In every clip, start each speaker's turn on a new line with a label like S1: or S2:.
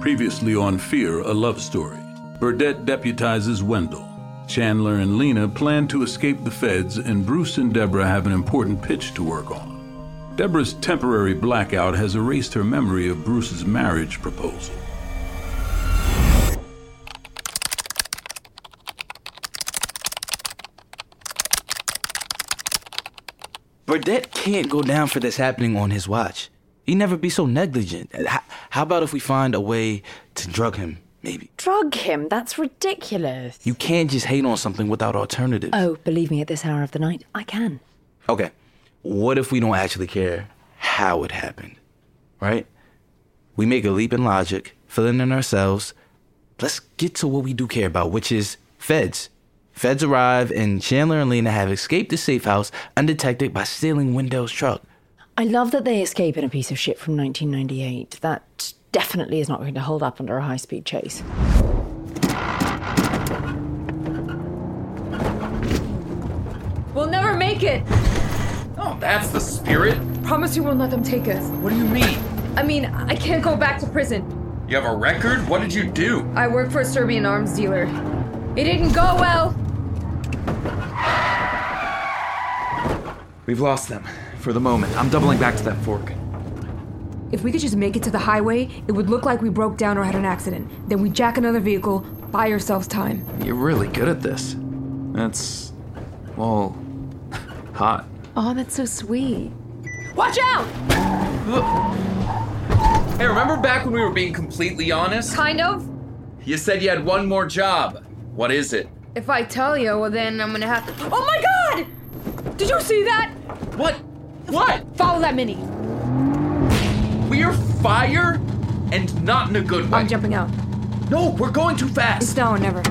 S1: Previously on Fear, a Love Story, Burdette deputizes Wendell. Chandler and Lena plan to escape the feds, and Bruce and Deborah have an important pitch to work on. Deborah's temporary blackout has erased her memory of Bruce's marriage proposal.
S2: Burdette can't go down for this happening on his watch. He'd never be so negligent. How, how about if we find a way to drug him, maybe?
S3: Drug him? That's ridiculous.
S2: You can't just hate on something without alternatives.
S3: Oh, believe me, at this hour of the night, I can.
S2: Okay, what if we don't actually care how it happened, right? We make a leap in logic, filling in ourselves. Let's get to what we do care about, which is feds. Feds arrive, and Chandler and Lena have escaped the safe house undetected by stealing Wendell's truck.
S3: I love that they escape in a piece of shit from 1998. That definitely is not going to hold up under a high speed chase. We'll never make it!
S4: Oh, that's the spirit.
S5: Promise you won't let them take us.
S4: What do you mean?
S5: I mean, I can't go back to prison.
S4: You have a record? What did you do?
S5: I work for a Serbian arms dealer. It didn't go well.
S4: We've lost them for the moment. I'm doubling back to that fork.
S5: If we could just make it to the highway, it would look like we broke down or had an accident. Then we jack another vehicle, buy ourselves time.
S4: You're really good at this. That's. well. hot.
S6: Oh, that's so sweet.
S5: Watch out!
S4: Hey, remember back when we were being completely honest?
S5: Kind of.
S4: You said you had one more job. What is it?
S5: If I tell you, well, then I'm gonna have to. Oh my god! Did you see that?
S4: What? What?
S5: Follow that mini.
S4: We're fire and not in a good way.
S5: I'm jumping out.
S4: No, we're going too
S5: It's
S4: fast.
S5: now or never.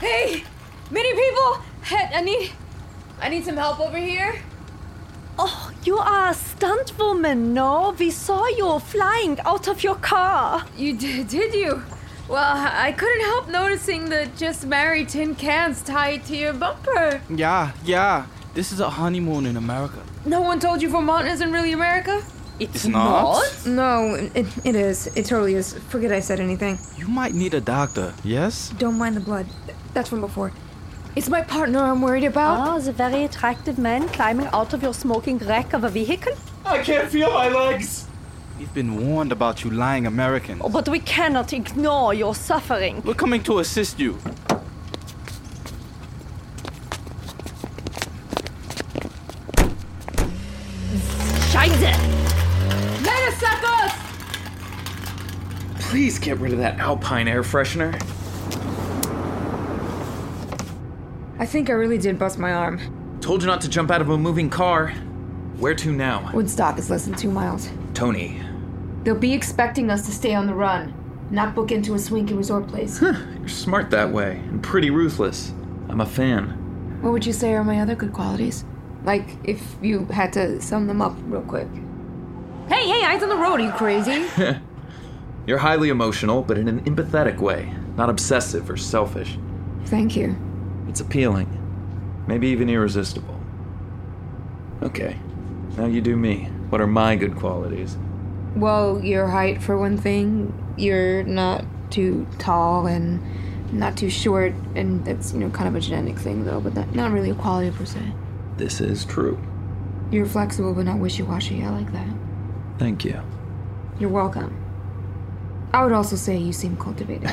S5: Hey, many people. Hey, I need, I need some help over here.
S3: Oh, you are a stunt woman, no? We saw you flying out of your car.
S5: You did, did you? Well, I couldn't help noticing the just married tin cans tied to your bumper.
S2: Yeah, yeah. This is a honeymoon in America.
S5: No one told you Vermont isn't really America?
S2: It's not.
S5: No, it, it is. It totally is. Forget I said anything.
S2: You might need a doctor. Yes?
S5: Don't mind the blood. Th- That's from before. It's my partner I'm worried about.
S3: Oh, the very attractive man climbing out of your smoking wreck of a vehicle?
S4: I can't feel my legs.
S2: We've been warned about you lying Americans.
S3: But we cannot ignore your suffering.
S2: Oh, We're coming to assist you.
S3: Scheiße!
S5: Let us suck us!
S4: Please get rid of that Alpine air freshener.
S5: I think I really did bust my arm.
S4: Told you not to jump out of a moving car. Where to now?
S5: Woodstock is less than two miles.
S4: Tony,
S5: They'll be expecting us to stay on the run, not book into a swanky resort place.
S4: you're smart that way and pretty ruthless. I'm a fan.
S5: what would you say are my other good qualities? Like, if you had to sum them up real quick. Hey, hey, eyes on the road, are you crazy?
S4: You're highly emotional, but in an empathetic way, not obsessive or selfish.
S5: Thank you.
S4: It's appealing, maybe even irresistible. Okay, now you do me. What are my good qualities?
S5: Well, your height for one thing. You're not too tall and not too short, and that's you know kind of a genetic thing though, but that, not really a quality per se.
S4: This is true.
S5: You're flexible but not wishy-washy. I like that.
S4: Thank you.
S5: You're welcome. I would also say you seem cultivated.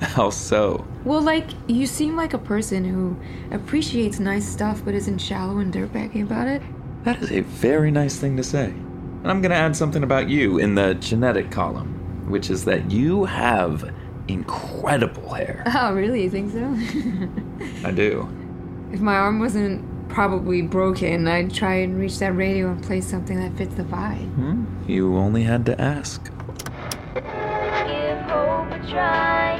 S4: How so?
S5: well, like you seem like a person who appreciates nice stuff but isn't shallow and dirtbaggy about it.
S4: That is a very nice thing to say. And I'm going to add something about you in the genetic column, which is that you have incredible hair.
S5: Oh, really? You think so?
S4: I do.
S5: if my arm wasn't probably broken, I'd try and reach that radio and play something that fits the vibe.
S4: You only had to ask.
S7: give hope a try.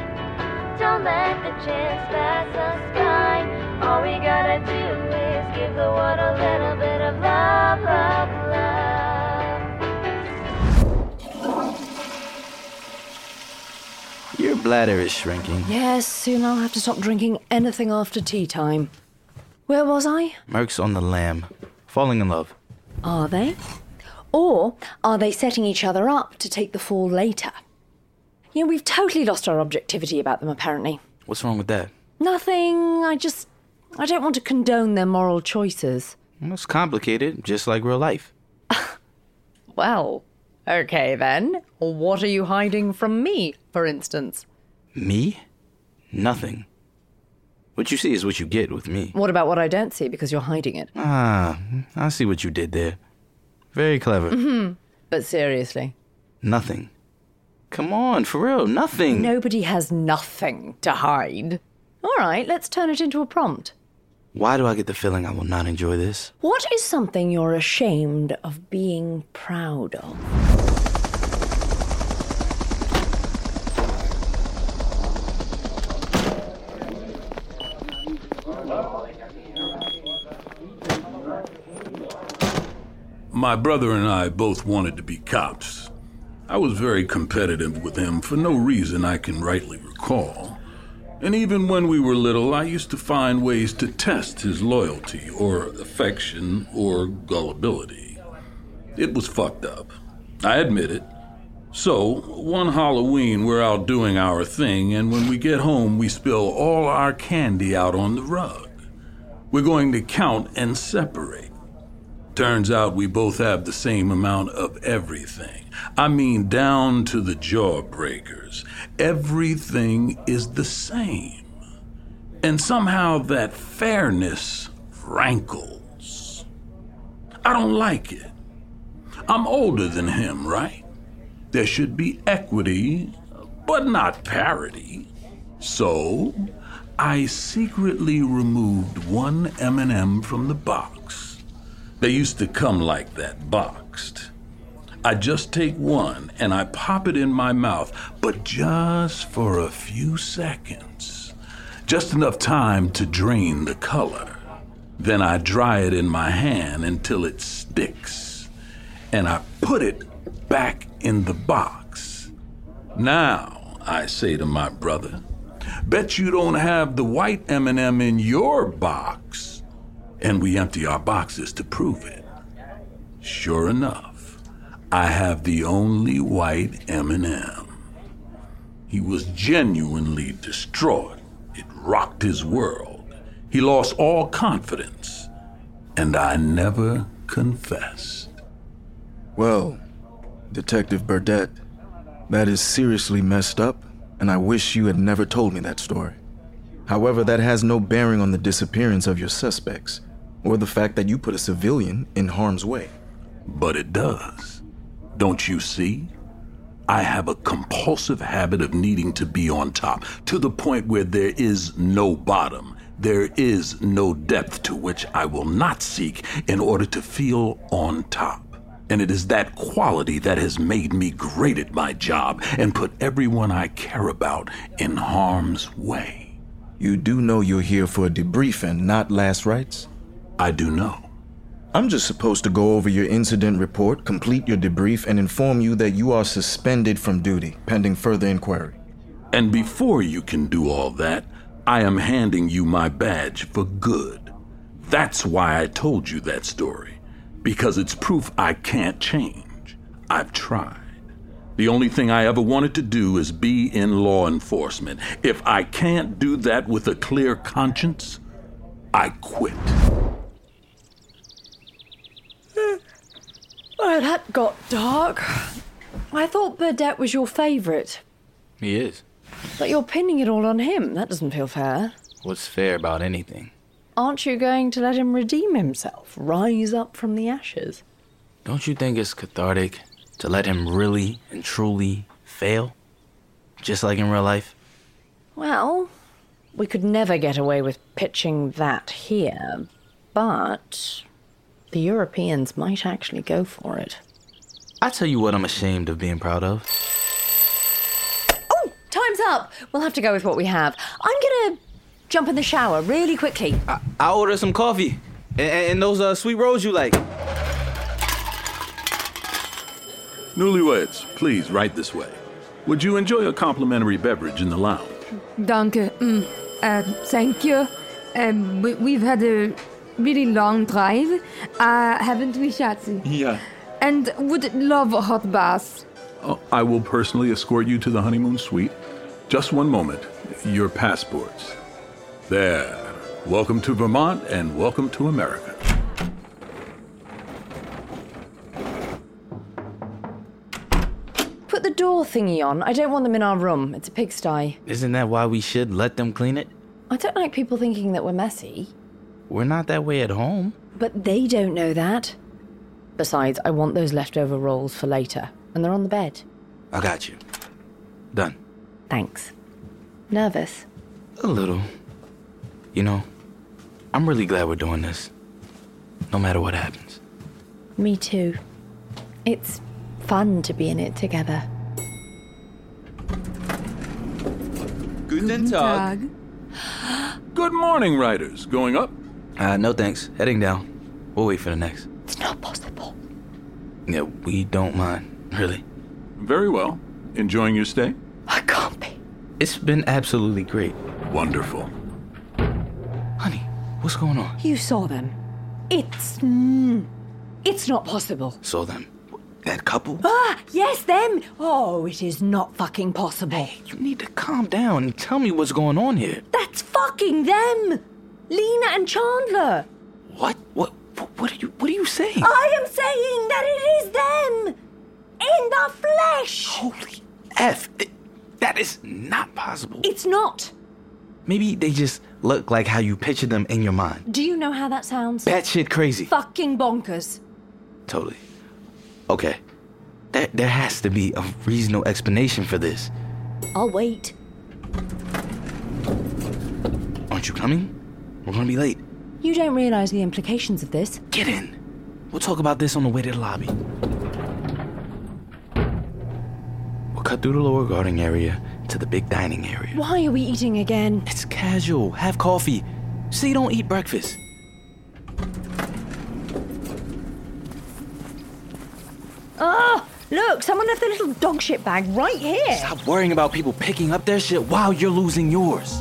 S7: Don't let the chance pass us by. All we gotta do is give the world a little bit of love, love, love.
S2: Your bladder is shrinking.
S3: Yes, soon I'll have to stop drinking anything after tea time. Where was I?
S2: Mercs on the lam, falling in love.
S3: Are they? Or are they setting each other up to take the fall later? You know, we've totally lost our objectivity about them, apparently.
S2: What's wrong with that?
S3: Nothing. I just. I don't want to condone their moral choices.
S2: Well, It's complicated, just like real life.
S8: Well, okay then. What are you hiding from me, for instance?
S2: Me? Nothing. What you see is what you get with me.
S3: What about what I don't see because you're hiding it?
S2: Ah, I see what you did there. Very clever.
S8: But seriously,
S2: Nothing. Come on, for real, nothing.
S3: Nobody has
S8: nothing to hide.
S3: All right, let's turn it into a prompt.
S2: Why do I get the feeling I will not enjoy this?
S3: What is something you're ashamed of being proud of?
S1: My brother and I both wanted to be cops. I was very competitive with him for no reason I can rightly recall. And even when we were little, I used to find ways to test his loyalty or affection or gullibility. It was fucked up. I admit it. So, one Halloween, we're out doing our thing, and when we get home, we spill all our candy out on the rug. We're going to count and separate. Turns out we both have the same amount of everything. I mean, down to the jawbreakers. Everything is the same. And somehow that fairness rankles. I don't like it. I'm older than him, right? There should be equity, but not parity. So, I secretly removed one M&M from the box. They used to come like that, boxed. I just take one and I pop it in my mouth, but just for a few seconds. Just enough time to drain the color. Then I dry it in my hand until it sticks, and I put it back in the box. Now, I say to my brother, bet you don't have the white M&M in your box and we empty our boxes to prove it. Sure enough, I have the only white M&M. He was genuinely distraught. It rocked his world. He lost all confidence, and I never confessed.
S9: Well, Detective Burdett, that is seriously messed up, and I wish you had never told me that story. However, that has no bearing on the disappearance of your suspects, or the fact that you put a civilian in harm's way.
S1: But it does. Don't you see? I have a compulsive habit of needing to be on top, to the point where there is no bottom. There is no depth to which I will not seek in order to feel on top. And it is that quality that has made me great at my job and put everyone I care about in harm's way.
S9: You do know you're here for a debrief and not last rites?
S1: I do know.
S9: I'm just supposed to go over your incident report, complete your debrief, and inform you that you are suspended from duty pending further inquiry.
S1: And before you can do all that, I am handing you my badge for good. That's why I told you that story, because it's proof I can't change. I've tried. The only thing I ever wanted to do is be in law enforcement. If I can't do that with a clear conscience, I quit.
S3: Well, Oh, that got dark. I thought Burdett was your favourite,
S2: He is.
S3: but you're pinning it all on him. That doesn't feel fair.
S2: What's fair about anything?
S3: Aren't you going to let him redeem himself, rise up from the ashes?
S2: Don't you think it's cathartic to let him really and truly fail? Just like in real life?
S3: Well, we could never get away with pitching that here, but the Europeans might actually go for it.
S2: I tell you what I'm ashamed of being proud of.
S3: Oh, time's up. We'll have to go with what we have. I'm gonna jump in the shower really quickly.
S2: I ordered some coffee and, and and those uh, sweet rolls you like.
S1: Newlyweds, please write this way. Would you enjoy a complimentary beverage in the lounge?
S5: Danke. Mm. Uh, thank you. Um, we, we've had a really long drive, uh, haven't we, Shatsi?
S1: Yeah.
S5: And would love a hot bath.
S1: Uh, I will personally escort you to the honeymoon suite. Just one moment. Your passports. There. Welcome to Vermont and welcome to America.
S3: Put the door thingy on. I don't want them in our room. It's a pigsty.
S2: Isn't that why we should let them clean it?
S3: I don't like people thinking that we're messy,
S2: We're not that way at home.
S3: but they don't know that. Besides, I want those leftover rolls for later, and they're on the bed.
S2: I got you. Done.
S3: Thanks. Nervous?
S2: A little. You know, I'm really glad we're doing this. No matter what happens.
S3: Me too. It's fun to be in it together.
S4: Guten
S5: Tag.
S1: Good morning, riders. Going up?
S2: Uh, no thanks. Heading down. We'll wait for the next.
S3: It's not possible.
S2: Yeah, we don't mind. Really.
S1: Very well. Enjoying your stay?
S3: I can't be.
S2: It's been absolutely great.
S1: Wonderful.
S2: Honey, what's going on?
S3: You saw them. It's. Mm, it's not possible.
S2: Saw them. That couple?
S3: Ah, yes, them! Oh, it is not fucking possible.
S2: You need to calm down and tell me what's going on here.
S3: That's fucking them! Lena and Chandler!
S2: What? Uh, What? What are you? What are you saying?
S3: I am saying that it is them! In the flesh!
S2: Holy f! Th- That is not possible.
S3: It's not!
S2: Maybe they just look like how you picture them in your mind.
S3: Do you know how that sounds?
S2: That shit crazy.
S3: Fucking bonkers.
S2: Totally. Okay. There, there has to be a reasonable explanation for this.
S3: I'll wait.
S2: Aren't you coming? We're gonna be late.
S3: You don't realize the implications of this.
S2: Get in. We'll talk about this on the way to the lobby. We'll cut through the lower garden area to the big dining area.
S3: Why are we eating again?
S2: It's casual. Have coffee. Say you don't eat breakfast.
S3: Ah! Look, someone left their little dog shit bag right here.
S2: Stop worrying about people picking up their shit while you're losing yours.